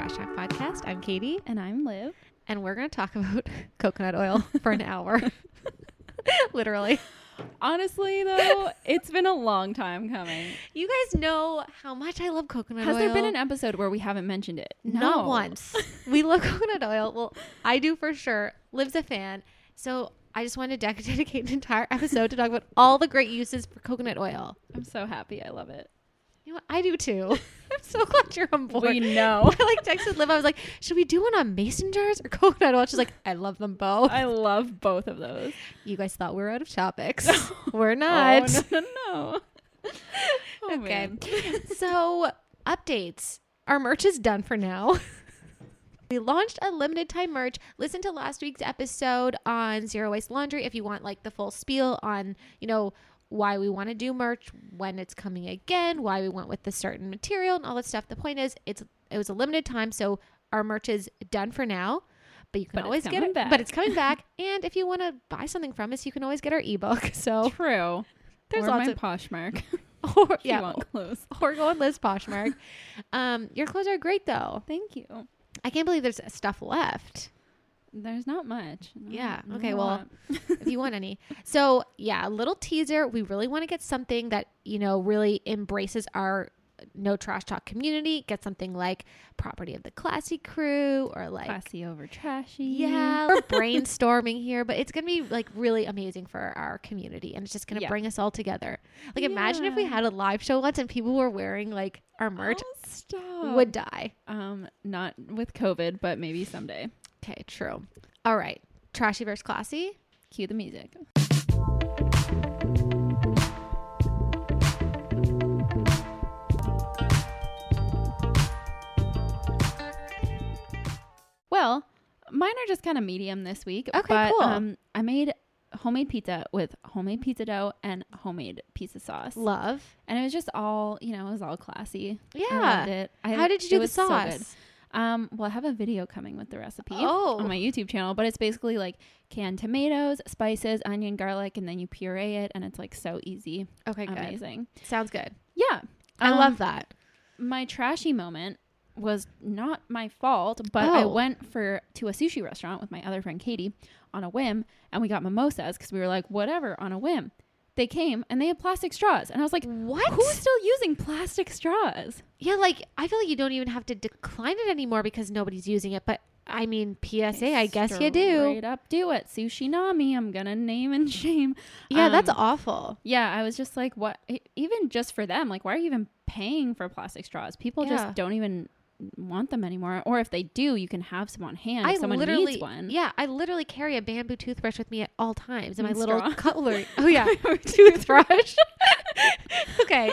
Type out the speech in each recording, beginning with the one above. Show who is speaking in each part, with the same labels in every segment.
Speaker 1: podcast. I'm Katie,
Speaker 2: And I'm Liv.
Speaker 1: and we're going to talk about coconut oil for an hour. Literally.
Speaker 2: Honestly, though, it's been a long time coming.
Speaker 1: You guys know how much I love coconut
Speaker 2: Has
Speaker 1: oil.
Speaker 2: there been an episode where we haven't mentioned it?
Speaker 1: Not once. we love coconut oil. Well, I do for sure. Liv's a fan. So I just wanted to dec- dedicate an entire episode to talk about all the great uses for coconut oil.
Speaker 2: I'm so happy. I love it.
Speaker 1: You know what? I do too. I'm so glad you're on board.
Speaker 2: We know.
Speaker 1: I like texted Liv. I was like, should we do one on mason jars or coconut oil? She's like, I love them both.
Speaker 2: I love both of those.
Speaker 1: You guys thought we were out of topics. we're not.
Speaker 2: Oh, no, no, no. Oh,
Speaker 1: okay.
Speaker 2: man.
Speaker 1: so, updates. Our merch is done for now. we launched a limited time merch. Listen to last week's episode on zero waste laundry if you want like the full spiel on, you know, why we want to do merch, when it's coming again, why we went with the certain material and all that stuff. The point is it's it was a limited time, so our merch is done for now. But you can
Speaker 2: But it's
Speaker 1: always get
Speaker 2: coming
Speaker 1: it.
Speaker 2: back.
Speaker 1: But it's coming back. and if you want to buy something from us, you can always get our ebook. So
Speaker 2: True.
Speaker 1: There's
Speaker 2: or
Speaker 1: lots
Speaker 2: my
Speaker 1: of-
Speaker 2: Poshmark.
Speaker 1: or,
Speaker 2: yeah.
Speaker 1: yeah,
Speaker 2: You want clothes.
Speaker 1: or go on Liz Poshmark. um, your clothes are great though.
Speaker 2: Thank you.
Speaker 1: I can't believe there's stuff left.
Speaker 2: There's not much. Not-
Speaker 1: Yeah,
Speaker 2: not
Speaker 1: okay,
Speaker 2: a
Speaker 1: well,
Speaker 2: lot.
Speaker 1: if you want any. So yeah, a little teaser. We really want to get something that you know really embraces our no trash talk community. Get something like property of the classy crew or like.
Speaker 2: classy over trashy.
Speaker 1: Yeah, we're brainstorming here, but it's gonna be like really amazing for our community, and it's just gonna
Speaker 2: Yeah.
Speaker 1: bring us all together. Like, imagine if we
Speaker 2: Yeah.
Speaker 1: had a live show once and people were wearing like our merch,
Speaker 2: Oh, stop.
Speaker 1: would die.
Speaker 2: um not with COVID, but maybe someday.
Speaker 1: Okay, true. All right. Trashy versus classy.
Speaker 2: Cue the music. Well, mine are just kind of medium this week.
Speaker 1: Okay,
Speaker 2: but,
Speaker 1: cool.
Speaker 2: Um, I made homemade pizza with homemade pizza dough and homemade pizza sauce,
Speaker 1: Love.
Speaker 2: and it was just all you know. It was all classy. I loved
Speaker 1: Yeah.
Speaker 2: it. I-
Speaker 1: How did you
Speaker 2: it
Speaker 1: do the
Speaker 2: was so good.
Speaker 1: sauce?
Speaker 2: Um, well, I have a video coming with the recipe
Speaker 1: Oh.
Speaker 2: on my YouTube channel, but it's basically like canned tomatoes, spices, onion, garlic, and then you puree it, and it's like so easy,
Speaker 1: okay, good.
Speaker 2: amazing.
Speaker 1: Sounds good.
Speaker 2: Yeah,
Speaker 1: I
Speaker 2: Um,
Speaker 1: love that.
Speaker 2: My trashy moment was not my fault, but I
Speaker 1: Oh.
Speaker 2: went for to a sushi restaurant with my other friend Katie on a whim, and we got mimosas because we were like, whatever, on a whim. They came and they had plastic straws, and I was like,
Speaker 1: What?
Speaker 2: who's still using plastic straws?
Speaker 1: yeah, like I feel like you don't even have to decline it anymore because nobody's using it. But I mean, PSA, I guess you do.
Speaker 2: Straight up, do it. Sushi Nami. I'm gonna name and shame.
Speaker 1: Yeah, that's
Speaker 2: Um,
Speaker 1: awful.
Speaker 2: Yeah, I was just like, what? e- Even just for them, like, why are you even paying for plastic straws? People
Speaker 1: Yeah.
Speaker 2: just don't even want them anymore. Or if they do, you can have some on hand.
Speaker 1: I
Speaker 2: if someone
Speaker 1: literally,
Speaker 2: needs one.
Speaker 1: yeah, I literally carry a bamboo toothbrush with me at all times, and my
Speaker 2: And
Speaker 1: little
Speaker 2: straw.
Speaker 1: cutlery. Oh yeah, toothbrush. okay,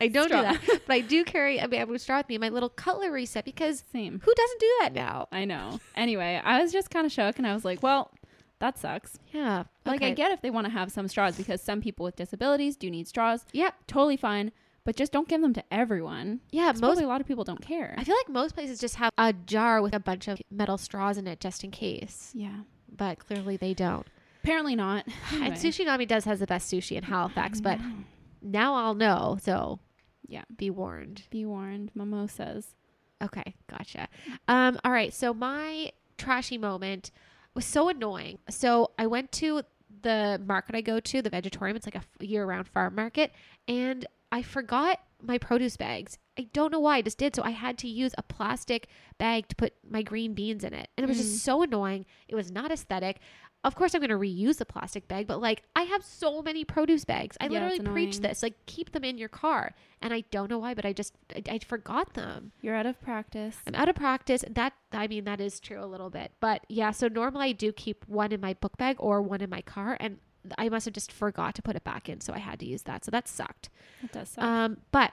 Speaker 1: I don't
Speaker 2: Straw.
Speaker 1: do that, but I do carry a bamboo straw with me, my little cutlery set, because
Speaker 2: Same.
Speaker 1: who doesn't do that now?
Speaker 2: I know. Anyway, I was just kind of shook, and I was like, well, that sucks.
Speaker 1: Yeah,
Speaker 2: Like, I
Speaker 1: okay.
Speaker 2: get if they want to have some straws because some people with disabilities do need straws.
Speaker 1: Yep.
Speaker 2: Totally fine, but just don't give them to everyone.
Speaker 1: Yeah,
Speaker 2: Most,
Speaker 1: most
Speaker 2: a lot of people don't care.
Speaker 1: I feel like most places just have a jar with a bunch of metal straws in it just in case,
Speaker 2: yeah.
Speaker 1: but clearly they don't.
Speaker 2: Apparently not.
Speaker 1: And
Speaker 2: Anyway.
Speaker 1: Sushi Nami does has the best sushi in Halifax, but
Speaker 2: Mm-hmm.
Speaker 1: now I'll know, so
Speaker 2: Yeah.
Speaker 1: be warned.
Speaker 2: Be warned, mimosas.
Speaker 1: Okay, gotcha. Um, all right, so my trashy moment was so annoying. So I went to the market I go to, the vegetarian. It's like a f- year-round farm market, and I forgot my produce bags. I don't know why I just did. So I had to use a plastic bag to put my green beans in it, and it was
Speaker 2: Mm.
Speaker 1: just so annoying. It was not aesthetic. Of course, I'm going to reuse the plastic bag, but like I have so many produce bags. I
Speaker 2: Yeah,
Speaker 1: literally
Speaker 2: it's
Speaker 1: preach
Speaker 2: annoying.
Speaker 1: this: like keep them in your car. And I don't know why, but I just I, I forgot them.
Speaker 2: You're out of practice.
Speaker 1: I'm out of practice. That I mean, that is true a little bit, but yeah. So normally I do keep one in my book bag or one in my car, and I must have just forgot to put it back in, so I had to use that. So that sucked.
Speaker 2: That does suck.
Speaker 1: Um, but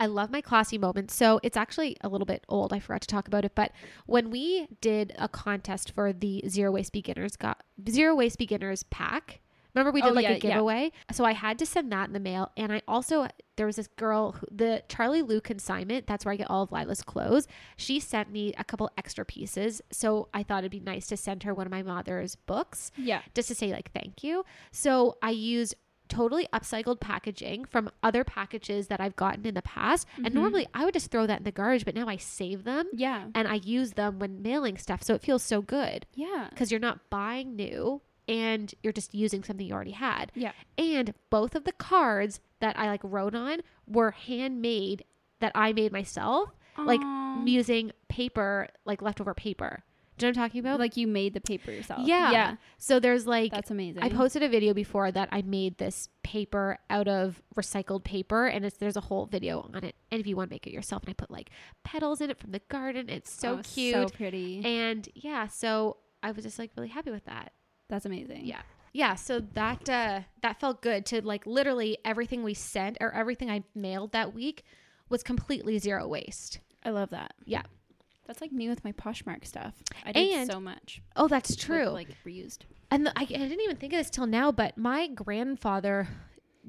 Speaker 1: I love my classy moments. So it's actually a little bit old. I forgot to talk about it, but when we did a contest for the zero waste beginners got zero waste beginners pack. Remember we did
Speaker 2: Oh,
Speaker 1: like
Speaker 2: yeah,
Speaker 1: a
Speaker 2: yeah.
Speaker 1: giveaway. So I had to send that in the mail, and I also there was this girl who, the Charlie Lou consignment. That's where I get all of Lila's clothes. She sent me a couple extra pieces, so I thought it'd be nice to send her one of my mother's books
Speaker 2: yeah.
Speaker 1: just to say like thank you. So I used totally upcycled packaging from other packages that I've gotten in the past.
Speaker 2: Mhm.
Speaker 1: And normally I would just throw that in the garbage, but now I save them
Speaker 2: Yeah.
Speaker 1: and I use them when mailing stuff. So it feels so good
Speaker 2: Yeah.
Speaker 1: because you're not buying new and you're just using something you already had.
Speaker 2: Yeah.
Speaker 1: And both of the cards that I like wrote on were handmade that I made myself, like
Speaker 2: Aw.
Speaker 1: using paper, like leftover paper. Do you know what I'm talking about?
Speaker 2: like you made the paper yourself.
Speaker 1: yeah.
Speaker 2: Yeah.
Speaker 1: So there's like
Speaker 2: That's amazing.
Speaker 1: I posted a video before that I made this paper out of recycled paper, and it's there's a whole video on it. And if you want to make it yourself, and I put like petals in it from the garden. It's so
Speaker 2: Oh,
Speaker 1: cute,
Speaker 2: So pretty.
Speaker 1: and yeah, so I was just like really happy with that.
Speaker 2: That's amazing.
Speaker 1: Yeah. Yeah, so that uh, that felt good to like literally everything we sent or everything I mailed that week was completely zero waste.
Speaker 2: I love that.
Speaker 1: Yeah.
Speaker 2: That's like me with my Poshmark stuff. I did
Speaker 1: And-
Speaker 2: so much.
Speaker 1: Oh, that's
Speaker 2: with,
Speaker 1: true.
Speaker 2: Like, reused.
Speaker 1: And the, I, I didn't even think of this till now, but my grandfather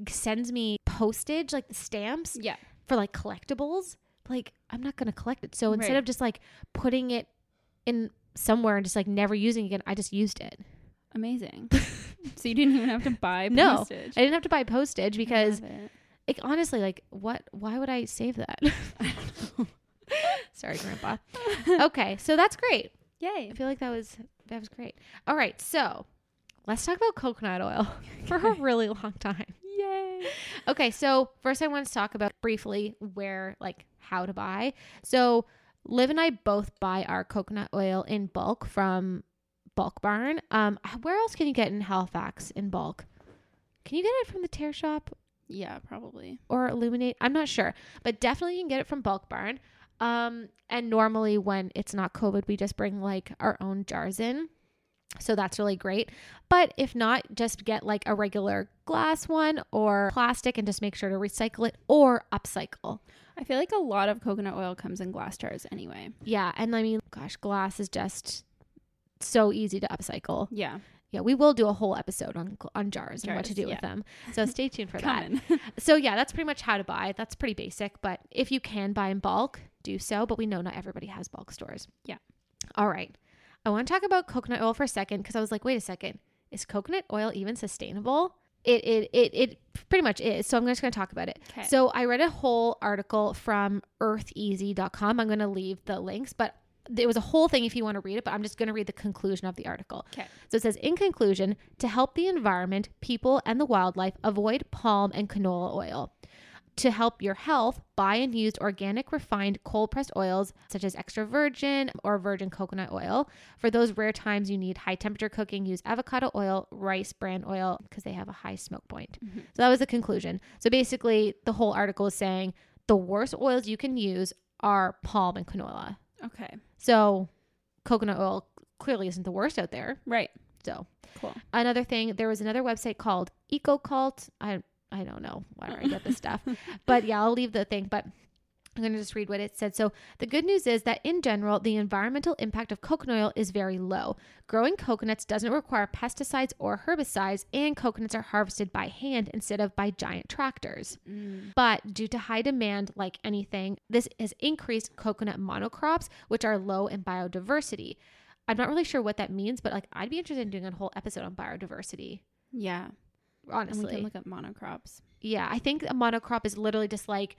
Speaker 1: sends me postage, like the stamps
Speaker 2: Yeah.
Speaker 1: for like collectibles. Like, I'm not going to collect it. So instead
Speaker 2: Right.
Speaker 1: of just like putting it in somewhere and just like never using it again, I just used it.
Speaker 2: Amazing. so you didn't even have to buy
Speaker 1: No,
Speaker 2: postage.
Speaker 1: I didn't have to buy postage because,
Speaker 2: I love it.
Speaker 1: like, honestly, like, what? Why would I save that? Sorry, Grandpa. okay, so that's great.
Speaker 2: Yay.
Speaker 1: I feel like that was that was great. All right, so let's talk about coconut oil for a really long time.
Speaker 2: Yay.
Speaker 1: Okay, so first I want to talk about briefly where, like, how to buy. So, Liv and I both buy our coconut oil in bulk from Bulk Barn. Um, where else can you get it in Halifax in bulk? Can you get it from the Tear Shop
Speaker 2: Yeah, probably.
Speaker 1: or Illuminate? I'm not sure, but definitely you can get it from Bulk Barn. Um, and normally when it's not COVID, we just bring like our own jars in. So that's really great. But if not, just get like a regular glass one or plastic and just make sure to recycle it or upcycle.
Speaker 2: I feel like a lot of coconut oil comes in glass jars anyway.
Speaker 1: Yeah. And I mean, gosh, glass is just so easy to upcycle.
Speaker 2: Yeah.
Speaker 1: Yeah. We will do a whole episode on, on jars, and what to
Speaker 2: Jars,
Speaker 1: do
Speaker 2: yeah.
Speaker 1: with them. So stay tuned for that.
Speaker 2: Coming.
Speaker 1: So yeah, that's pretty much how to buy. That's pretty basic, but if you can buy in bulk, do so. But we know not everybody has bulk stores.
Speaker 2: Yeah.
Speaker 1: All right. I want to talk about coconut oil for a second because I was like, wait a second, is coconut oil even sustainable? It it it it pretty much is. So I'm just going to talk about it.
Speaker 2: 'Kay.
Speaker 1: So I read a whole article from eartheasy.com. I'm going to leave the links, but there was a whole thing if you want to read it, but I'm just going to read the conclusion of the article.
Speaker 2: 'Kay.
Speaker 1: So it says, in conclusion, to help the environment, people, and the wildlife, avoid palm and canola oil. To help your health, buy and use organic refined cold pressed oils such as extra virgin or virgin coconut oil. For those rare times you need high temperature cooking, use avocado oil, rice bran oil, because they have a high smoke point. So that was the conclusion. So basically, the whole article is saying the worst oils you can use are palm and canola.
Speaker 2: okay.
Speaker 1: So coconut oil clearly isn't the worst out there.
Speaker 2: Right.
Speaker 1: So
Speaker 2: Cool.
Speaker 1: another thing, there was another website called EcoCult. I I don't know where I get this stuff, but yeah, I'll leave the thing. But I'm going to just read what it said. So, the good news is that in general, the environmental impact of coconut oil is very low. Growing coconuts doesn't require pesticides or herbicides, and coconuts are harvested by hand instead of by giant tractors.
Speaker 2: Mm.
Speaker 1: But due to high demand, like anything, this has increased coconut monocrops, which are low in biodiversity. I'm not really sure what that means, but like I'd be interested in doing a whole episode on biodiversity.
Speaker 2: Yeah. And we
Speaker 1: Honestly,
Speaker 2: can look up monocrops.
Speaker 1: yeah, I think a monocrop is literally just like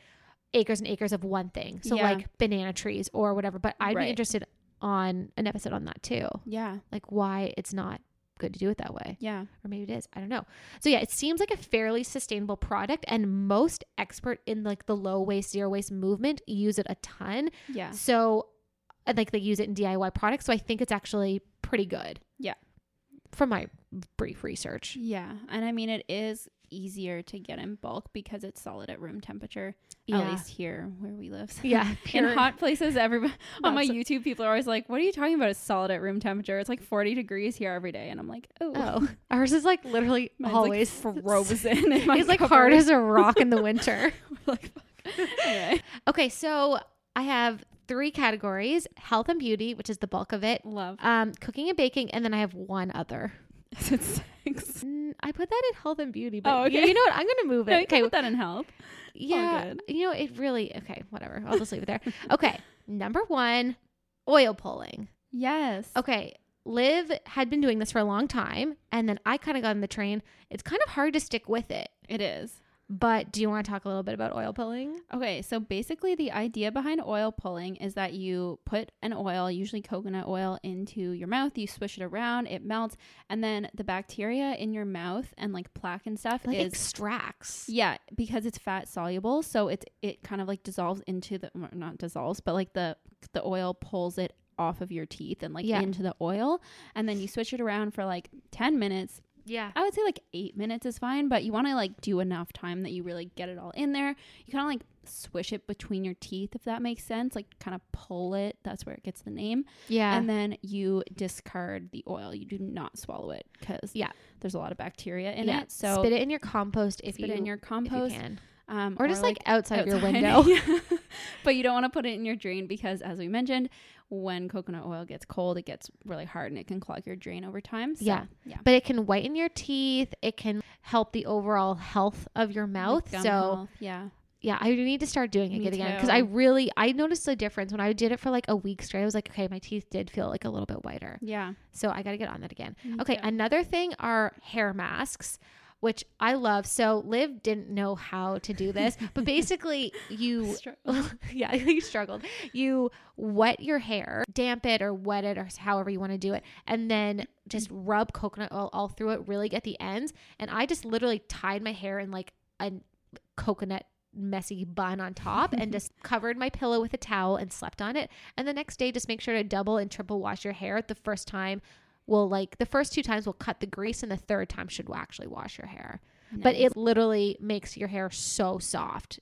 Speaker 1: acres and acres of one thing, so
Speaker 2: Yeah.
Speaker 1: like banana trees or whatever. But I'd
Speaker 2: Right.
Speaker 1: be interested on an episode on that too,
Speaker 2: Yeah.
Speaker 1: like why it's not good to do it that way
Speaker 2: Yeah.
Speaker 1: or maybe it is i don't know so yeah it seems like a fairly sustainable product and most expert in like the low waste zero waste movement use it a ton
Speaker 2: Yeah.
Speaker 1: so and, like they use it in diy products so i think it's actually pretty good
Speaker 2: Yeah.
Speaker 1: from my brief research
Speaker 2: Yeah. And I mean, it is easier to get in bulk because it's solid at room temperature, at least here where we live.
Speaker 1: yeah
Speaker 2: In hot places, everybody on my
Speaker 1: That's-
Speaker 2: YouTube, people are always like, "What are you talking about? It's solid at room temperature. It's like 40 degrees here every day." And I'm like, "Oh,
Speaker 1: oh ours is like literally
Speaker 2: Mine's, like,
Speaker 1: always
Speaker 2: frozen." in my
Speaker 1: it's like
Speaker 2: cupboard.
Speaker 1: hard as a rock in the winter
Speaker 2: like, fuck. Anyway,
Speaker 1: okay so i have three categories health and beauty which is the bulk of it
Speaker 2: love.
Speaker 1: um cooking and baking and then i have one other
Speaker 2: Is it sex?
Speaker 1: Mm, I put that in health and beauty, but
Speaker 2: Oh,
Speaker 1: you-
Speaker 2: okay.
Speaker 1: you know what? I'm gonna move
Speaker 2: No,
Speaker 1: it.
Speaker 2: you can
Speaker 1: Okay,
Speaker 2: put that in help.
Speaker 1: yeah,
Speaker 2: good.
Speaker 1: you know it really. Okay, whatever. I'll just leave it there. Okay, number one, oil pulling.
Speaker 2: Yes.
Speaker 1: Okay, Liv had been doing this for a long time, and then I kind of got on the train. It's kind of hard to stick with it.
Speaker 2: It is.
Speaker 1: But do you want to talk a little bit about oil pulling?
Speaker 2: Okay, so basically, the idea behind oil pulling is that you put an oil, usually coconut oil, into your mouth, you swish it around, it melts, and then the bacteria in your mouth and like plaque and stuff
Speaker 1: Like
Speaker 2: is.
Speaker 1: extracts.
Speaker 2: yeah, because it's fat soluble, so it's it kind of like dissolves into the well, not dissolves, but like the the oil pulls it off of your teeth and like
Speaker 1: Yeah.
Speaker 2: into the oil, and then you switch it around for like ten minutes,
Speaker 1: Yeah.
Speaker 2: I would say like eight minutes is fine, but you want to like do enough time that you really get it all in there. You kind of like swish it between your teeth, if that makes sense. Like kind of pull it. That's where it gets the name.
Speaker 1: Yeah.
Speaker 2: And then you discard the oil. You do not swallow it because
Speaker 1: Yeah.
Speaker 2: there's a lot of bacteria in
Speaker 1: yeah.
Speaker 2: it. So
Speaker 1: spit it in your compost if
Speaker 2: spit
Speaker 1: you
Speaker 2: it in your
Speaker 1: if you
Speaker 2: compost,
Speaker 1: can.
Speaker 2: um,
Speaker 1: or just like, outside, your
Speaker 2: outside.
Speaker 1: window.
Speaker 2: Yeah. but you don't want to put it in your drain because, as we mentioned, when coconut oil gets cold, it gets really hard and it can clog your drain over time. So,
Speaker 1: Yeah.
Speaker 2: yeah.
Speaker 1: but it can whiten your teeth. It can help the overall health of your mouth.
Speaker 2: Gum
Speaker 1: So
Speaker 2: health, yeah.
Speaker 1: yeah, I do need to start doing it
Speaker 2: Me
Speaker 1: again because I
Speaker 2: too.
Speaker 1: really I noticed a difference when I did it for like a week straight. I was like, okay, my teeth did feel like a little bit whiter.
Speaker 2: Yeah.
Speaker 1: So I got to get on that again.
Speaker 2: Me
Speaker 1: Okay,
Speaker 2: too.
Speaker 1: another thing are hair masks, which I love. So Liv didn't know how to do this, but basically you
Speaker 2: Oh,
Speaker 1: yeah, you struggled. You wet your hair, damp it or wet it or however you want to do it, and then just rub coconut oil all through it, really get the ends. And I just literally tied my hair in like a coconut messy bun on top and just covered my pillow with a towel and slept on it. And the next day just make sure to double and triple wash your hair the first time. Will like the first two times will cut the grease and the third time should actually wash your hair. But it literally makes your hair so soft.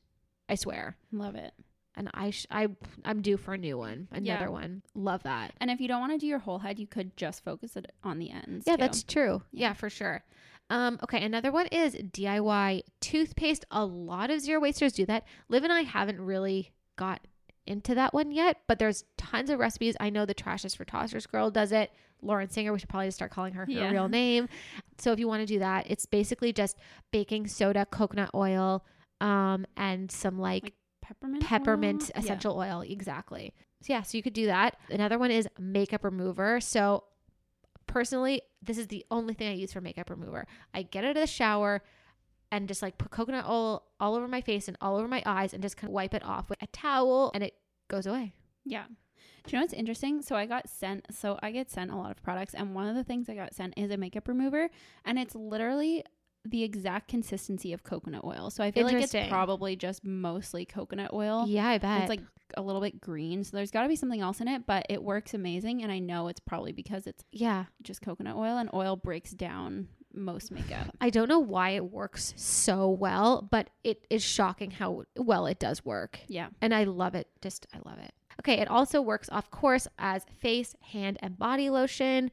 Speaker 1: I swear
Speaker 2: love it.
Speaker 1: and I sh- I I'm due for a new one,
Speaker 2: Yeah.
Speaker 1: another one. Love that.
Speaker 2: And if you don't want to do your whole head, you could just focus it on the ends.
Speaker 1: Yeah,
Speaker 2: too.
Speaker 1: that's true. Yeah.
Speaker 2: Yeah.
Speaker 1: for sure. Um, okay, another one is DIY toothpaste. A lot of zero wasters do that. Liv and I haven't really got into that one yet, but there's tons of recipes. I know the Trashes for Tossers girl does it. Lauren Singer, we should probably just start calling her her
Speaker 2: Yeah.
Speaker 1: real name. So if you want to do that, it's basically just baking soda, coconut oil, um, and some like
Speaker 2: peppermint.
Speaker 1: peppermint
Speaker 2: oil? Yeah.
Speaker 1: essential oil exactly so yeah so you could do that another one is makeup remover so personally this is the only thing i use for makeup remover i get out of the shower and just like put coconut oil all over my face and all over my eyes and just kind of wipe it off with a towel and it goes away
Speaker 2: Yeah. Do you know what's interesting? So I got sent. So I get sent a lot of products, and one of the things I got sent is a makeup remover, and it's literally the exact consistency of coconut oil. So I feel like it's
Speaker 1: Interesting.
Speaker 2: probably just mostly coconut oil.
Speaker 1: yeah i bet
Speaker 2: It's like a little bit green, so there's got to be something else in it, but it works amazing. And I know it's probably because it's
Speaker 1: yeah
Speaker 2: just coconut oil, and oil breaks down most makeup.
Speaker 1: i don't know why it works so well but it is shocking how well it does work
Speaker 2: Yeah.
Speaker 1: And I love it. Just, I love it. Okay, it also works, of course, as face, hand, and body lotion.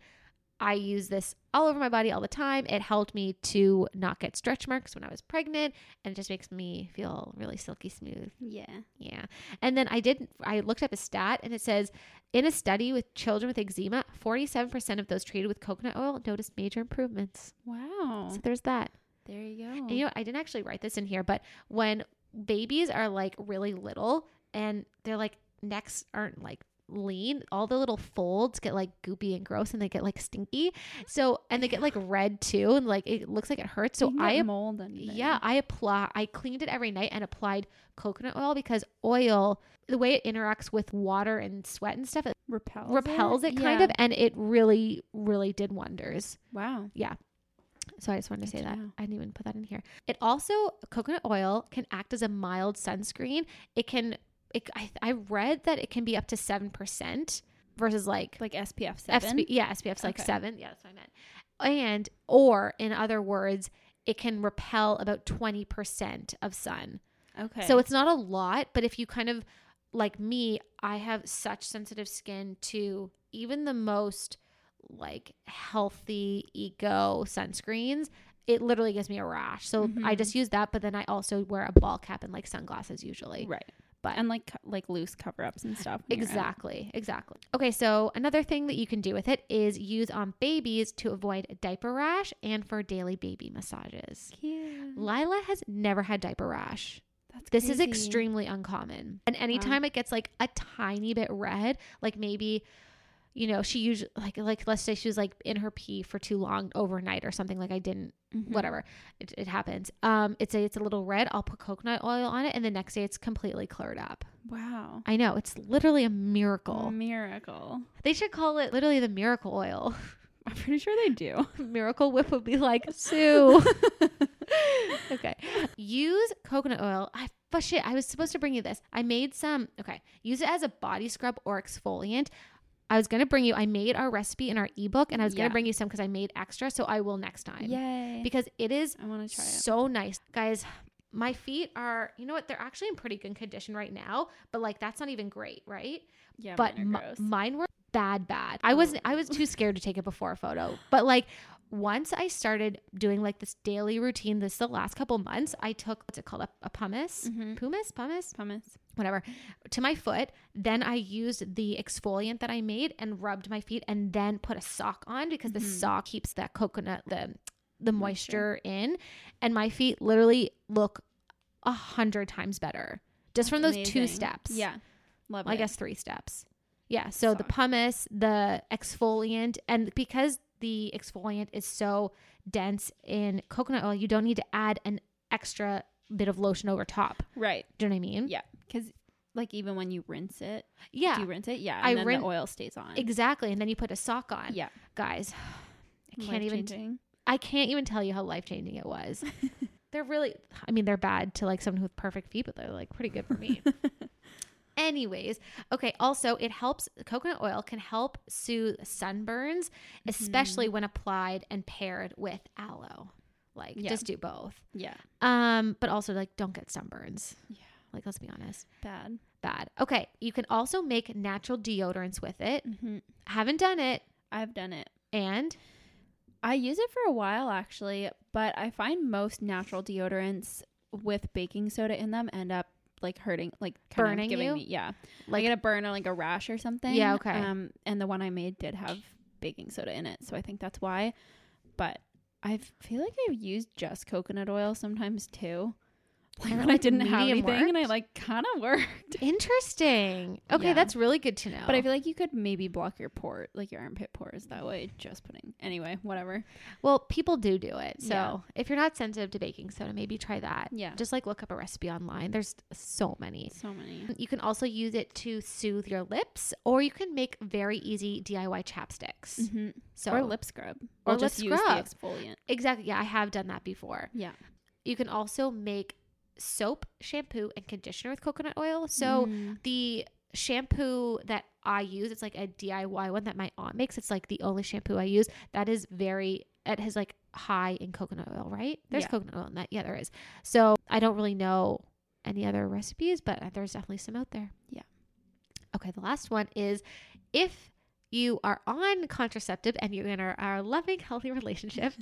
Speaker 1: I use this all over my body all the time. It helped me to not get stretch marks when I was pregnant, and it just makes me feel really silky smooth.
Speaker 2: Yeah.
Speaker 1: Yeah. And then I did, I looked up a stat, and it says in a study with children with eczema, 47% of those treated with coconut oil noticed major improvements.
Speaker 2: Wow.
Speaker 1: So there's that.
Speaker 2: There you go.
Speaker 1: And you know, I didn't actually write this in here, but when babies are like really little and their like necks aren't like lean, all the little folds get like goopy and gross and they get like stinky. So, and they get like red too and like it looks like it hurts. So
Speaker 2: You can
Speaker 1: I
Speaker 2: get
Speaker 1: am
Speaker 2: mold and
Speaker 1: yeah, I apply I cleaned it every night and applied coconut oil because oil the way it interacts with water and sweat and stuff it
Speaker 2: repels
Speaker 1: repels it, kind
Speaker 2: Yeah.
Speaker 1: of and it really really did wonders.
Speaker 2: Wow.
Speaker 1: So I just wanted to
Speaker 2: Good
Speaker 1: say
Speaker 2: to
Speaker 1: that.
Speaker 2: know.
Speaker 1: I didn't even put that in here. It also coconut oil can act as a mild sunscreen. It can it, I, I read that it can be up to 7% versus like,
Speaker 2: Like SPF seven.
Speaker 1: SPF, yeah, SPF's like
Speaker 2: Okay.
Speaker 1: 7. Yeah, that's what I meant. And or in other words, it can repel about 20% of sun.
Speaker 2: okay.
Speaker 1: So it's not a lot, but if you kind of like me, I have such sensitive skin to even the most like healthy eco sunscreens. It literally gives me a rash. So I
Speaker 2: Mhm.
Speaker 1: just use that, but then I also wear a ball cap and like sunglasses usually.
Speaker 2: right.
Speaker 1: but-
Speaker 2: and like co- like loose cover ups and stuff. when you're out.
Speaker 1: Exactly, exactly. Okay, so another thing that you can do with it is use on babies to avoid diaper rash and for daily baby massages.
Speaker 2: Cute.
Speaker 1: Lila has never had diaper rash.
Speaker 2: That's
Speaker 1: This is
Speaker 2: crazy.
Speaker 1: extremely uncommon. And anytime it gets like a tiny bit red, like maybe you know, she usually like like let's say she was like in her pee for too long overnight or something like I didn't
Speaker 2: Mhm.
Speaker 1: whatever it, it happens. Um, it's a it's a little red. I'll put coconut oil on it, and the next day it's completely cleared up.
Speaker 2: Wow.
Speaker 1: I know it's literally a miracle.
Speaker 2: Mm. Miracle.
Speaker 1: They should call it literally the miracle oil.
Speaker 2: I'm pretty sure they do.
Speaker 1: miracle Whip would be like Sue. okay, use coconut oil. I but shit, I was supposed to bring you this. I made some. Okay, use it as a body scrub or exfoliant. I was gonna bring you. I made our recipe in our ebook, and I was
Speaker 2: Yeah.
Speaker 1: gonna bring you some because I made extra. So I will next time.
Speaker 2: Yay.
Speaker 1: because it is
Speaker 2: I want to try it.
Speaker 1: so nice guys my feet are you know what they're actually in pretty good condition right now but like that's not even great right
Speaker 2: Yeah,
Speaker 1: but
Speaker 2: mine are
Speaker 1: mi-
Speaker 2: gross. Oh.
Speaker 1: mine were bad bad i wasn't i was too scared to take it before a photo but like once i started doing like this daily routine this the last couple months i took what's it called a, a pumice
Speaker 2: Mhm.
Speaker 1: pumice pumice
Speaker 2: pumice.
Speaker 1: whatever to my foot then i used the exfoliant that i made and rubbed my feet and then put a sock on because
Speaker 2: Mm-hmm.
Speaker 1: the sock keeps that coconut the the moisture in and my feet literally look a hundred times better just from those two
Speaker 2: Amazing.
Speaker 1: steps
Speaker 2: Yeah. Love
Speaker 1: Well, i
Speaker 2: it.
Speaker 1: guess three steps yeah so the
Speaker 2: Sock.
Speaker 1: pumice the exfoliant and because the exfoliant is so dense in coconut oil you don't need to add an extra bit of lotion over top
Speaker 2: Right.
Speaker 1: do you know what i mean
Speaker 2: Yeah. Because, like, even when you rinse it,
Speaker 1: yeah
Speaker 2: do you rinse it? Yeah. And
Speaker 1: I
Speaker 2: then
Speaker 1: rin-
Speaker 2: the oil stays on.
Speaker 1: Exactly, and then you put a sock on.
Speaker 2: Yeah.
Speaker 1: guys, I can't even.
Speaker 2: Life-changing.
Speaker 1: I can't even tell you how life changing it was. they're really. I mean, they're bad to like someone with perfect feet, but they're like pretty good for me. Anyways, okay. Also, it helps. Coconut oil can help soothe sunburns,
Speaker 2: Mm-hmm.
Speaker 1: especially when applied and paired with aloe. Like,
Speaker 2: Yeah.
Speaker 1: just do both.
Speaker 2: Yeah.
Speaker 1: Um, but also like, don't get sunburns.
Speaker 2: Yeah.
Speaker 1: Like, let's be honest,
Speaker 2: Bad.
Speaker 1: bad. Okay, you can also make natural deodorants with it.
Speaker 2: hmm
Speaker 1: Haven't done it,
Speaker 2: I've done it.
Speaker 1: and
Speaker 2: I use it for a while actually, but I find most natural deodorants with baking soda in them end up like hurting, like kind
Speaker 1: Burning
Speaker 2: of giving
Speaker 1: you?
Speaker 2: me, yeah,
Speaker 1: Like-
Speaker 2: like get a burn or like a rash or something.
Speaker 1: Yeah, okay.
Speaker 2: Um, and the one I made did have baking soda in it, so I think that's why. But I feel like I've used just coconut oil sometimes too. Like
Speaker 1: And that,
Speaker 2: when I
Speaker 1: like,
Speaker 2: didn't have
Speaker 1: medium
Speaker 2: anything, and I
Speaker 1: worked?
Speaker 2: like kind of worked.
Speaker 1: Interesting. Okay,
Speaker 2: Yeah.
Speaker 1: that's really good to know.
Speaker 2: But I feel like you could maybe block your port, like your armpit pores, that way. Just putting anyway, whatever.
Speaker 1: well, people do do it. So
Speaker 2: Yeah.
Speaker 1: if you're not sensitive to baking soda, maybe try that.
Speaker 2: Yeah.
Speaker 1: Just like look up a recipe online. There's so many.
Speaker 2: So many.
Speaker 1: You can also use it to soothe your lips, or you can make very easy DIY chapsticks.
Speaker 2: Mm-hmm.
Speaker 1: So
Speaker 2: or lip scrub
Speaker 1: Or
Speaker 2: or,
Speaker 1: lip
Speaker 2: just use
Speaker 1: scrub.
Speaker 2: the exfoliant.
Speaker 1: exactly. Yeah, I have done that before.
Speaker 2: Yeah.
Speaker 1: You can also make soap, shampoo, and conditioner with coconut oil.
Speaker 2: Mm-hmm.
Speaker 1: So the shampoo that I use, it's like a DIY one that my aunt makes. It's like the only shampoo I use that is very it has like high in coconut oil, right? There's
Speaker 2: Yeah.
Speaker 1: coconut oil in that. Yeah, there is. So I don't really know any other recipes, but there's definitely some out there.
Speaker 2: Yeah.
Speaker 1: Okay, the last one is if you are on contraceptive and you're in our, our loving, healthy relationship,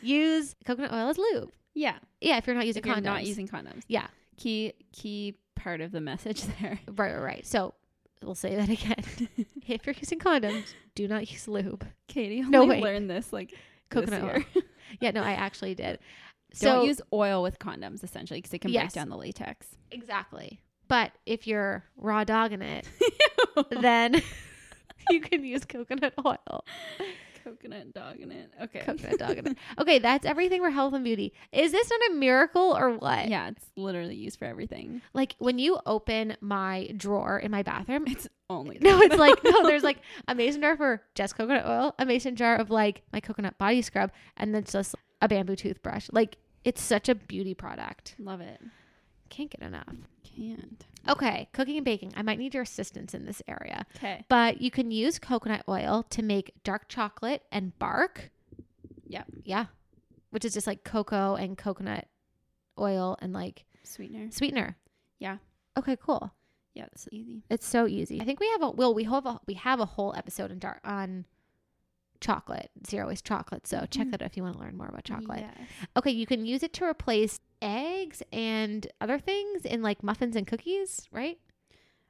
Speaker 1: use coconut oil as lube.
Speaker 2: yeah,
Speaker 1: Yeah, if you're not using
Speaker 2: if you're
Speaker 1: condoms.
Speaker 2: not using condoms.
Speaker 1: Yeah.
Speaker 2: key key part of the message there.
Speaker 1: Right, right, right. So we'll say that again. if you're using condoms, do not use lube.
Speaker 2: Katie only
Speaker 1: No,
Speaker 2: no,
Speaker 1: wait.
Speaker 2: learned this like
Speaker 1: Coconut
Speaker 2: this
Speaker 1: oil.
Speaker 2: year.
Speaker 1: Yeah, no, I actually did. So
Speaker 2: Don't use oil with condoms essentially because it can
Speaker 1: Yes.
Speaker 2: break down the latex.
Speaker 1: exactly. But if you're raw dogging it, then you can use coconut oil.
Speaker 2: Coconut dog in it. Okay.
Speaker 1: Coconut dogging it. Okay, that's everything for health and beauty. Is this not a miracle or what?
Speaker 2: yeah, it's literally used for everything.
Speaker 1: Like when you open my drawer in my bathroom,
Speaker 2: It's only
Speaker 1: no, it's
Speaker 2: coconut
Speaker 1: like no.
Speaker 2: oil.
Speaker 1: There's like a mason jar for just coconut oil, a mason jar of like my coconut body scrub, and then just a bamboo toothbrush. Like it's such a beauty product.
Speaker 2: love it.
Speaker 1: Can't get enough.
Speaker 2: Can't.
Speaker 1: Okay, cooking and baking. I might need your assistance in this area,
Speaker 2: Okay.
Speaker 1: but you can use coconut oil to make dark chocolate and bark.
Speaker 2: Yep.
Speaker 1: Yeah, which is just like cocoa and coconut oil and like
Speaker 2: Sweetener.
Speaker 1: sweetener.
Speaker 2: Yeah.
Speaker 1: Okay. Cool.
Speaker 2: Yeah, it's easy.
Speaker 1: It's so easy. I think we have a well, we have a we have a whole episode in dark on chocolate, zero waste chocolate. So check
Speaker 2: Mhm.
Speaker 1: that out if you want to learn more about chocolate.
Speaker 2: Yes.
Speaker 1: Okay, you can use it to replace eggs and other things in like muffins and cookies, right?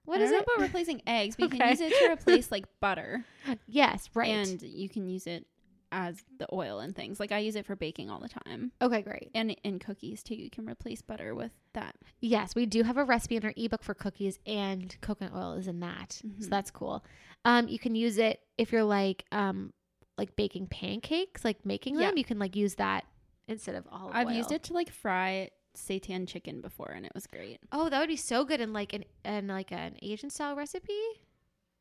Speaker 1: What
Speaker 2: I
Speaker 1: is
Speaker 2: don't
Speaker 1: it?
Speaker 2: know about replacing eggs? But you
Speaker 1: Okay.
Speaker 2: can use it to replace like butter.
Speaker 1: Yes, right.
Speaker 2: And you can use it as the oil and things. Like I use it for baking all the time.
Speaker 1: Okay, great.
Speaker 2: And in cookies too, you can replace butter with that.
Speaker 1: Yes, we do have a recipe in our ebook for cookies, and coconut oil is in that, so
Speaker 2: Mhm.
Speaker 1: that's cool. Um, you can use it if you're like um like baking pancakes, like making
Speaker 2: Yeah.
Speaker 1: them. You can like use that instead of olive
Speaker 2: I've used
Speaker 1: oil.
Speaker 2: it to like fry seitan chicken before and it was great.
Speaker 1: Oh, that would be so good in like an in like an Asian style recipe.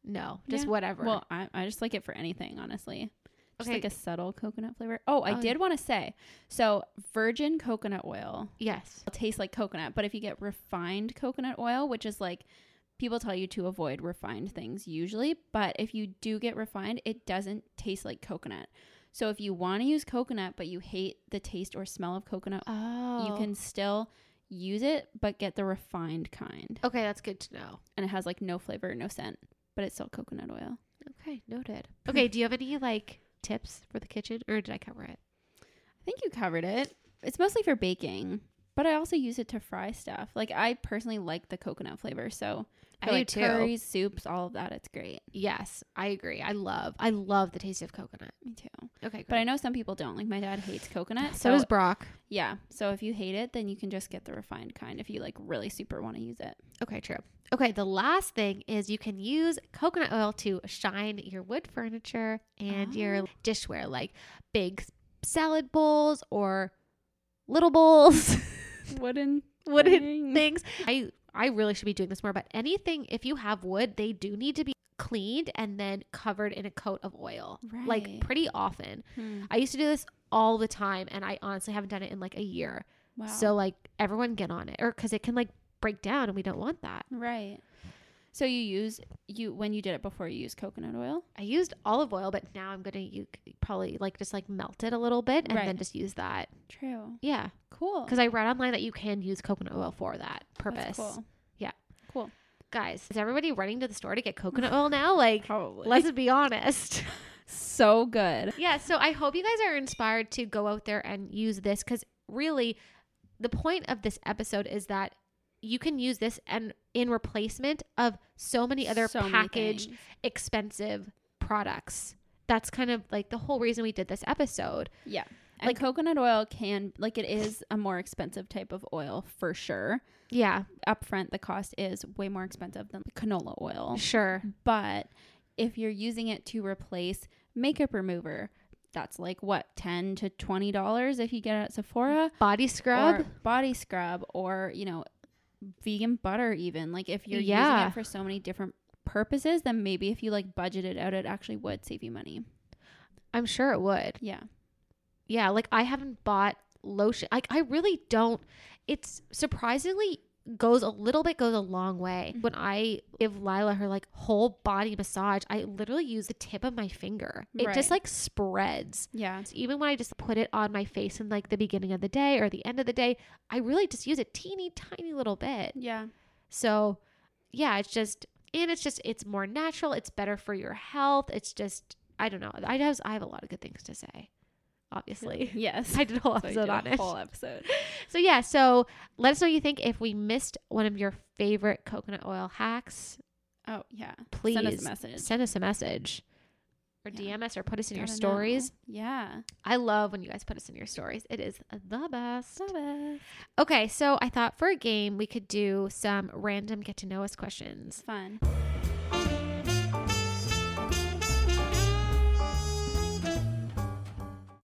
Speaker 1: No, just
Speaker 2: Yeah.
Speaker 1: whatever.
Speaker 2: Well, I, I just like it for anything, honestly. Just
Speaker 1: Okay.
Speaker 2: like a subtle coconut flavor. Oh, I
Speaker 1: Oh,
Speaker 2: did want to say so virgin coconut oil
Speaker 1: yes.
Speaker 2: tastes like coconut, but if you get refined coconut oil, which is like people tell you to avoid refined things usually, but if you do get refined, it doesn't taste like coconut. So if you want to use coconut, but you hate the taste or smell of coconut,
Speaker 1: Oh,
Speaker 2: you can still use it, but get the refined kind.
Speaker 1: Okay, that's good to know.
Speaker 2: And it has like no flavor, no scent, but it's still coconut oil.
Speaker 1: Okay, noted. Okay, do you have any like tips for the kitchen, or did I cover it?
Speaker 2: I think you covered it. It's mostly for baking, but I also use it to fry stuff. Like I personally like the coconut flavor, so for, like curries, soups, all of that, it's great.
Speaker 1: Yes, I agree. I love, I love the taste of coconut.
Speaker 2: Me too.
Speaker 1: Okay,
Speaker 2: But I know some people don't. Like my dad hates coconut.
Speaker 1: so
Speaker 2: So,
Speaker 1: does Brock.
Speaker 2: yeah. So if you hate it, then you can just get the refined kind if you like really super want to use it.
Speaker 1: Okay, true. Okay, the last thing is you can use coconut oil to shine your wood furniture and
Speaker 2: Oh.
Speaker 1: your dishware, like big salad bowls or little bowls,
Speaker 2: Wooden
Speaker 1: wooden
Speaker 2: thing.
Speaker 1: things. I I really should be doing this more, but anything if you have wood, they do need to be cleaned and then covered in a coat of oil, like
Speaker 2: Right.
Speaker 1: pretty often.
Speaker 2: Hmm.
Speaker 1: I used to do this all the time, and I honestly haven't done it in like a year.
Speaker 2: Wow.
Speaker 1: So like everyone get on it, or because it can like break down, and we don't want that.
Speaker 2: right. So you use you when you did it before you used coconut oil.
Speaker 1: I used olive oil, but now I'm gonna u- probably like just like melt it a little bit and
Speaker 2: Right.
Speaker 1: then just use that.
Speaker 2: True.
Speaker 1: Yeah,
Speaker 2: Cool.
Speaker 1: because I read online that you can use coconut oil for that
Speaker 2: That's
Speaker 1: purpose.
Speaker 2: cool.
Speaker 1: Yeah.
Speaker 2: Cool.
Speaker 1: Guys, is everybody running to the store to get coconut oil now? Like,
Speaker 2: Probably.
Speaker 1: let's be honest.
Speaker 2: so good.
Speaker 1: yeah. So I hope you guys are inspired to go out there and use this because really, the point of this episode is that you can use this and in replacement of so many other
Speaker 2: So many
Speaker 1: packaged
Speaker 2: things.
Speaker 1: expensive products. That's kind of like the whole reason we did this episode.
Speaker 2: Yeah. And
Speaker 1: Like-
Speaker 2: coconut oil can like it is a more expensive type of oil for sure.
Speaker 1: Yeah,
Speaker 2: Upfront the cost is way more expensive than canola oil.
Speaker 1: sure.
Speaker 2: But if you're using it to replace makeup remover, that's like what, ten to twenty dollars if you get it at Sephora?
Speaker 1: Body
Speaker 2: Or
Speaker 1: scrub.
Speaker 2: body scrub or, you know, vegan butter even. Like if you're using
Speaker 1: Yeah.
Speaker 2: it for so many different purposes, then maybe if you like budget it out, it actually would save you money.
Speaker 1: I'm sure it would.
Speaker 2: Yeah.
Speaker 1: Yeah, like I haven't bought lotion. Like I really don't. It's surprisingly goes a little bit goes a long way. When I give Lila her like whole body massage, I literally use the tip of my finger. It
Speaker 2: Right.
Speaker 1: just like spreads.
Speaker 2: Yeah.
Speaker 1: Even when I just put it on my face in like the beginning of the day or the end of the day, I really just use a teeny tiny little bit.
Speaker 2: Yeah.
Speaker 1: So, yeah, it's just and it's just it's more natural. It's better for your health. It's just I don't know. I have I have a lot of good things to say. Obviously,
Speaker 2: Yes.
Speaker 1: I did a whole
Speaker 2: So you
Speaker 1: episode
Speaker 2: did
Speaker 1: on
Speaker 2: a
Speaker 1: it.
Speaker 2: Whole episode.
Speaker 1: So yeah, so let us know what you think if we missed one of your favorite coconut oil hacks.
Speaker 2: Oh yeah.
Speaker 1: Please
Speaker 2: Send us a message.
Speaker 1: Send us a message. Or
Speaker 2: Yeah.
Speaker 1: DM us or put us in your
Speaker 2: Gotta know.
Speaker 1: stories.
Speaker 2: Yeah.
Speaker 1: I love when you guys put us in your stories. It is the best.
Speaker 2: Love it.
Speaker 1: Okay, so I thought for a game we could do some random get to know us questions.
Speaker 2: It's fun.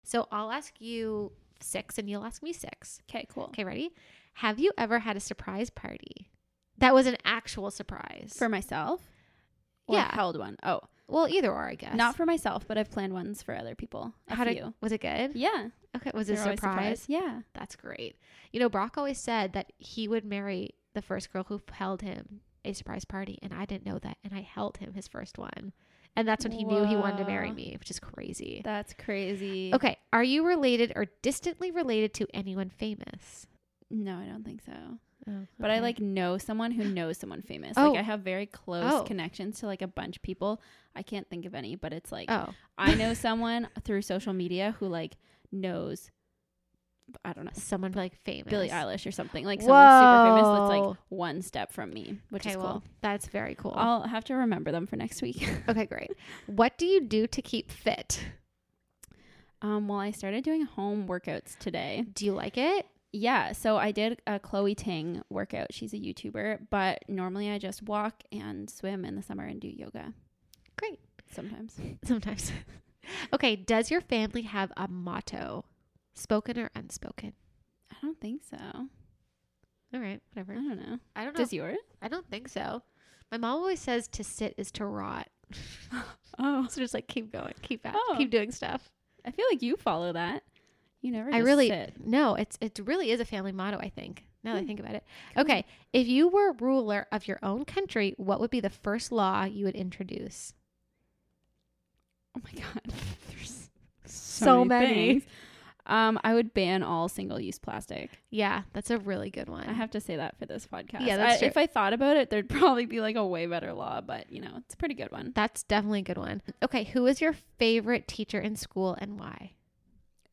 Speaker 1: So I'll ask you six and you'll ask me six.
Speaker 2: Okay, cool.
Speaker 1: Okay, ready? Have you ever had a surprise party that was an actual surprise?
Speaker 2: For myself. Or
Speaker 1: Yeah.
Speaker 2: Held one. Oh,
Speaker 1: well, either or, I guess.
Speaker 2: not for myself, but I've planned ones for other people. A
Speaker 1: How did,
Speaker 2: few.
Speaker 1: was it good?
Speaker 2: yeah.
Speaker 1: Okay, was it a
Speaker 2: They're always
Speaker 1: surprise?
Speaker 2: surprised. Yeah.
Speaker 1: That's great. You know, Brock always said that he would marry the first girl who held him a surprise party, and I didn't know that, and I held him his first one, and that's when he knew he wanted to marry
Speaker 2: Whoa.
Speaker 1: me, which is crazy.
Speaker 2: That's crazy.
Speaker 1: Okay, are you related or distantly related to anyone famous?
Speaker 2: No, I don't think so.
Speaker 1: Oh,
Speaker 2: But I
Speaker 1: okay.
Speaker 2: like know someone who knows someone famous.
Speaker 1: Oh.
Speaker 2: Like I have very close
Speaker 1: Oh.
Speaker 2: connections to like a bunch of people. I can't think of any, but it's like
Speaker 1: oh
Speaker 2: I know someone through social media who like knows I don't know
Speaker 1: someone like famous.
Speaker 2: Billie Eilish or something. Like someone super famous that's
Speaker 1: Whoa.
Speaker 2: like one step from me, which
Speaker 1: okay,
Speaker 2: is cool. Um,
Speaker 1: well, that's very cool.
Speaker 2: I'll have to remember them for next week.
Speaker 1: okay, great. What do you do to keep fit?
Speaker 2: Um, well, I started doing home workouts today.
Speaker 1: Do you like it?
Speaker 2: Yeah, so I did a Chloe Ting workout. She's a YouTuber, but normally I just walk and swim in the summer and do yoga.
Speaker 1: Great.
Speaker 2: Sometimes.
Speaker 1: Sometimes. okay. Does your family have a motto, spoken or unspoken?
Speaker 2: I don't think so. I
Speaker 1: All right. Oh. Whatever.
Speaker 2: don't know.
Speaker 1: I don't know.
Speaker 2: Does yours?
Speaker 1: I don't think so. My mom always says to sit is to rot.
Speaker 2: Oh,
Speaker 1: So just like keep going, keep at,
Speaker 2: Oh.
Speaker 1: keep doing stuff.
Speaker 2: I feel like you follow that. You never.
Speaker 1: I
Speaker 2: just
Speaker 1: really
Speaker 2: sit.
Speaker 1: no. It's it really is a family motto. I think now that I
Speaker 2: Hmm.
Speaker 1: think about it.
Speaker 2: Cool.
Speaker 1: Okay, if you were ruler of your own country, what would be the first law you would introduce?
Speaker 2: Oh my god. There's so,
Speaker 1: So many.
Speaker 2: many. things. Um, I would ban all single-use plastic.
Speaker 1: Yeah, that's a really good one.
Speaker 2: I have to say that for this podcast.
Speaker 1: Oh. Yeah, that's
Speaker 2: I-
Speaker 1: true.
Speaker 2: If I thought about it, there'd probably be like a way better law, but you know, it's a pretty good one.
Speaker 1: that's definitely a good one. Okay, who was your favorite teacher in school and why?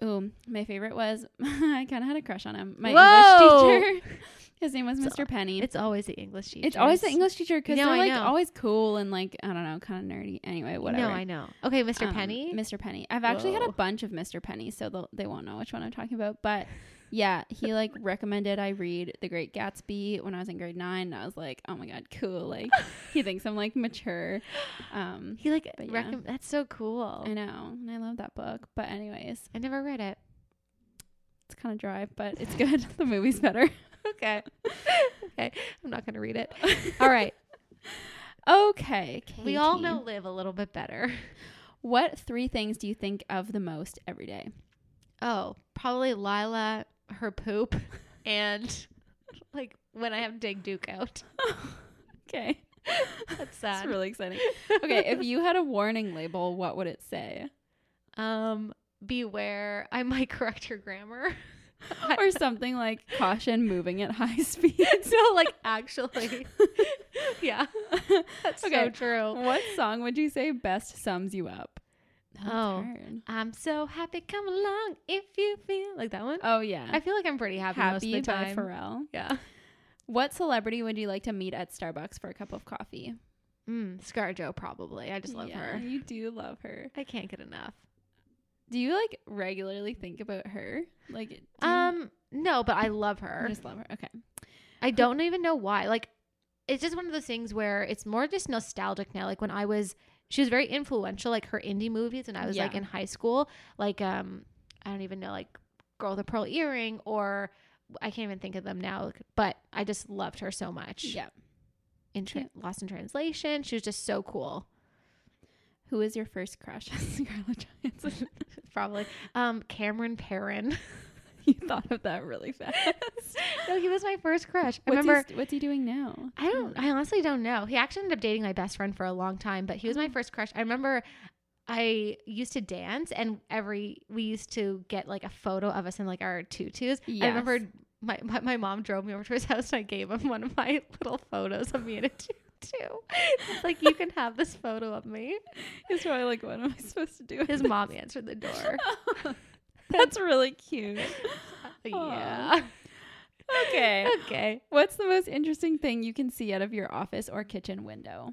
Speaker 2: Ooh, my favorite was I kind of had a crush on him. My
Speaker 1: Whoa!
Speaker 2: English teacher. His name was
Speaker 1: It's
Speaker 2: Mr. Penny. It's,
Speaker 1: It's always the English teacher.
Speaker 2: always the English teacher because
Speaker 1: No,
Speaker 2: they're
Speaker 1: I
Speaker 2: like
Speaker 1: know.
Speaker 2: always cool and like I don't know, kind of nerdy. Anyway, whatever.
Speaker 1: No, I know. Okay, Mr.
Speaker 2: Um,
Speaker 1: Penny.
Speaker 2: Mr. Penny. I've actually had
Speaker 1: Whoa.
Speaker 2: a bunch of Mr. Penny, so they'll- they won't know which one I'm talking about. But yeah, he like recommended I read The Great Gatsby when I was in grade nine. And I was like, oh my god, cool! Like he thinks I'm like mature. Um,
Speaker 1: he like
Speaker 2: but yeah.
Speaker 1: recomm- that's so cool.
Speaker 2: I know, and I love that book. But anyways,
Speaker 1: I never read it.
Speaker 2: it's kind of dry, but it's good. the movie's better.
Speaker 1: Okay. okay. I'm not going to read it. All right.
Speaker 2: Okay,
Speaker 1: We all
Speaker 2: Katie.
Speaker 1: know live a little bit better.
Speaker 2: What three things do you think of the most every day?
Speaker 1: Oh, probably Lila, her poop, and like when I have Dig Duke out.
Speaker 2: Okay,
Speaker 1: That's
Speaker 2: that's
Speaker 1: sad.
Speaker 2: really exciting. Okay, if you had a warning label, what would it say?
Speaker 1: um, beware, I might correct your grammar.
Speaker 2: or something like caution moving at high speeds.
Speaker 1: no, like actually. yeah. That's so
Speaker 2: Okay.
Speaker 1: true.
Speaker 2: what song would you say best sums you up? That's
Speaker 1: Oh.
Speaker 2: hard.
Speaker 1: I'm so happy. Come along if you feel like that one.
Speaker 2: Oh yeah.
Speaker 1: I feel like I'm pretty Uh, happy, most of
Speaker 2: Happy
Speaker 1: the
Speaker 2: by
Speaker 1: time.
Speaker 2: Pharrell.
Speaker 1: yeah.
Speaker 2: What celebrity would you like to meet at Starbucks for a cup of coffee?
Speaker 1: Mm, ScarJo probably. I just love
Speaker 2: Yeah,
Speaker 1: her.
Speaker 2: You do love her.
Speaker 1: I can't get enough.
Speaker 2: Do you like regularly think about her? Like do you-
Speaker 1: Um, no, but I love
Speaker 2: you
Speaker 1: her.
Speaker 2: just love her. Okay.
Speaker 1: I don't even know why. Like, it's just one of those things where it's more just nostalgic now. Like when I was, she was very influential. Like her indie movies when I was like
Speaker 2: Yeah.
Speaker 1: in high school. Like, um, I don't even know, like Girl with a Pearl Earring, or I can't even think of them now. But I just loved her so much.
Speaker 2: Yeah.
Speaker 1: In tra- Lost in Translation, she was just so cool.
Speaker 2: Who is your first crush? Scarlett Johansson.
Speaker 1: Probably. Um, Cameron Perrin.
Speaker 2: you thought of that really fast.
Speaker 1: no, he was my first crush. I
Speaker 2: What's
Speaker 1: remember.
Speaker 2: he, st- what's he doing now?
Speaker 1: I don't. I honestly don't know. He actually ended up dating my best friend for a long time, but he was my first crush. I remember I used to dance, and every we used to get like a photo of us in like our tutus. I remember my, my my mom drove me over to his house, and I gave him one of my little photos of me in a tutu. It's like you can have this photo of me.
Speaker 2: He's probably like, what am I supposed to do? with
Speaker 1: His mom answered the door.
Speaker 2: this?" That's really cute.
Speaker 1: yeah.
Speaker 2: Okay.
Speaker 1: Okay.
Speaker 2: What's the most interesting thing you can see out of your office or kitchen window?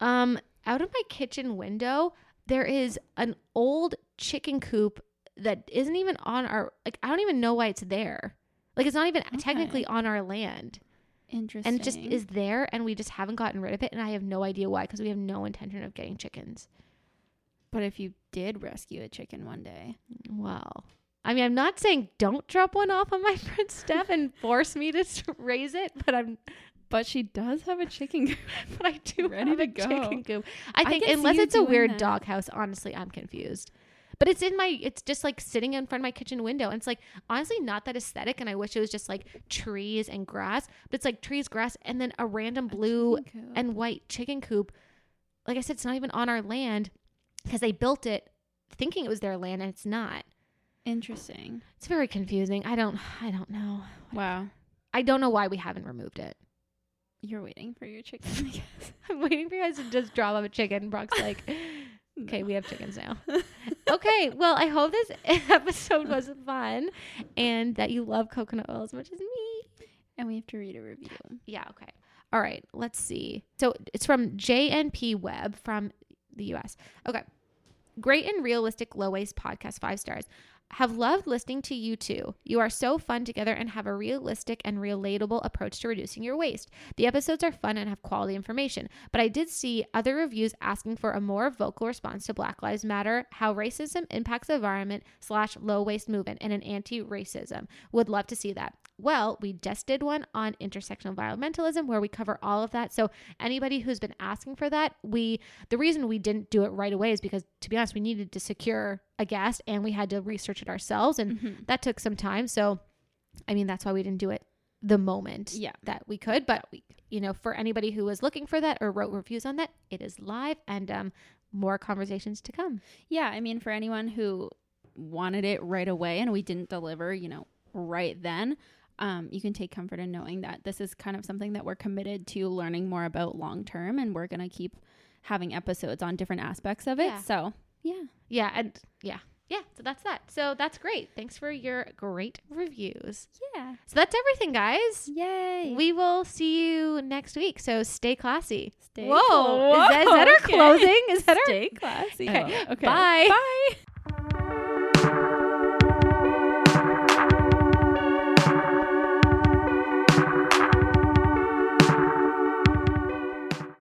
Speaker 1: Um, out of my kitchen window, there is an old chicken coop that isn't even on our like I don't even know why it's there. Like it's not even technically on our land.
Speaker 2: Interesting.
Speaker 1: And it just is there and we just haven't gotten rid of it and I have no idea why because we have no intention of getting chickens.
Speaker 2: But if you did rescue a chicken one day,
Speaker 1: Well, I mean, I'm not saying don't drop one off on my friend's step and force me to s- raise it, but I'm
Speaker 2: but she does have a chicken.
Speaker 1: but I do
Speaker 2: Ready
Speaker 1: have
Speaker 2: to
Speaker 1: a chicken
Speaker 2: go.
Speaker 1: coop. I
Speaker 2: I
Speaker 1: think
Speaker 2: can see
Speaker 1: unless
Speaker 2: you
Speaker 1: it's a
Speaker 2: doing
Speaker 1: weird
Speaker 2: that.
Speaker 1: doghouse, honestly, I'm confused. But it's in my it's just like sitting in front of my kitchen window. And it's like honestly not that aesthetic and I wish it was just like trees and grass. But it's like trees, grass, and then a random blue and white chicken coop. Like I said, it's not even on our land because they built it thinking it was their land and it's not.
Speaker 2: interesting.
Speaker 1: It's very confusing. I don't I don't know.
Speaker 2: Wow.
Speaker 1: I don't know why we haven't removed it.
Speaker 2: You're waiting for your chicken, I guess.
Speaker 1: I'm waiting for you guys to just drop off a chicken. Brock's like, okay,
Speaker 2: No.
Speaker 1: we have chickens now. okay, well, I hope this episode was fun and that you love coconut oil as much as me.
Speaker 2: And we have to read a review.
Speaker 1: Yeah, okay. All right, let's see. So it's from JNP Web from the US. Okay. Great and realistic low waste podcast, five stars. Have loved listening to you two. You are so fun together and have a realistic and relatable approach to reducing your waste. The episodes are fun and have quality information, but I did see other reviews asking for a more vocal response to Black Lives Matter, how racism impacts the environment slash low waste movement, and an anti-racism. Would love to see that. Well, we just did one on intersectional environmentalism where we cover all of that. So anybody who's been asking for that, we the reason we didn't do it right away is because to be honest, we needed to secure a guest and we had to research it ourselves and
Speaker 2: Mhm.
Speaker 1: that took some time. So I mean, that's why we didn't do it the moment
Speaker 2: Yeah.
Speaker 1: that we could, but you know, for anybody who was looking for that or wrote reviews on that, it is live and um more conversations to come.
Speaker 2: Yeah, I mean, for anyone who wanted it right away and we didn't deliver, you know, right then, um, you can take comfort in knowing that this is kind of something that we're committed to learning more about long term, and we're gonna keep having episodes on different aspects of it.
Speaker 1: Yeah.
Speaker 2: So, yeah,
Speaker 1: Yeah, and yeah. Yeah, so that's that. So that's great. Thanks for your great reviews.
Speaker 2: yeah,
Speaker 1: So that's everything, guys.
Speaker 2: yay!
Speaker 1: We will see you next week. So stay classy.
Speaker 2: Stay
Speaker 1: whoa,
Speaker 2: clo-
Speaker 1: Is, that, is that our
Speaker 2: okay.
Speaker 1: closing? Is that
Speaker 2: Stay classy.
Speaker 1: Okay.
Speaker 2: Okay.
Speaker 1: Bye.
Speaker 2: Bye.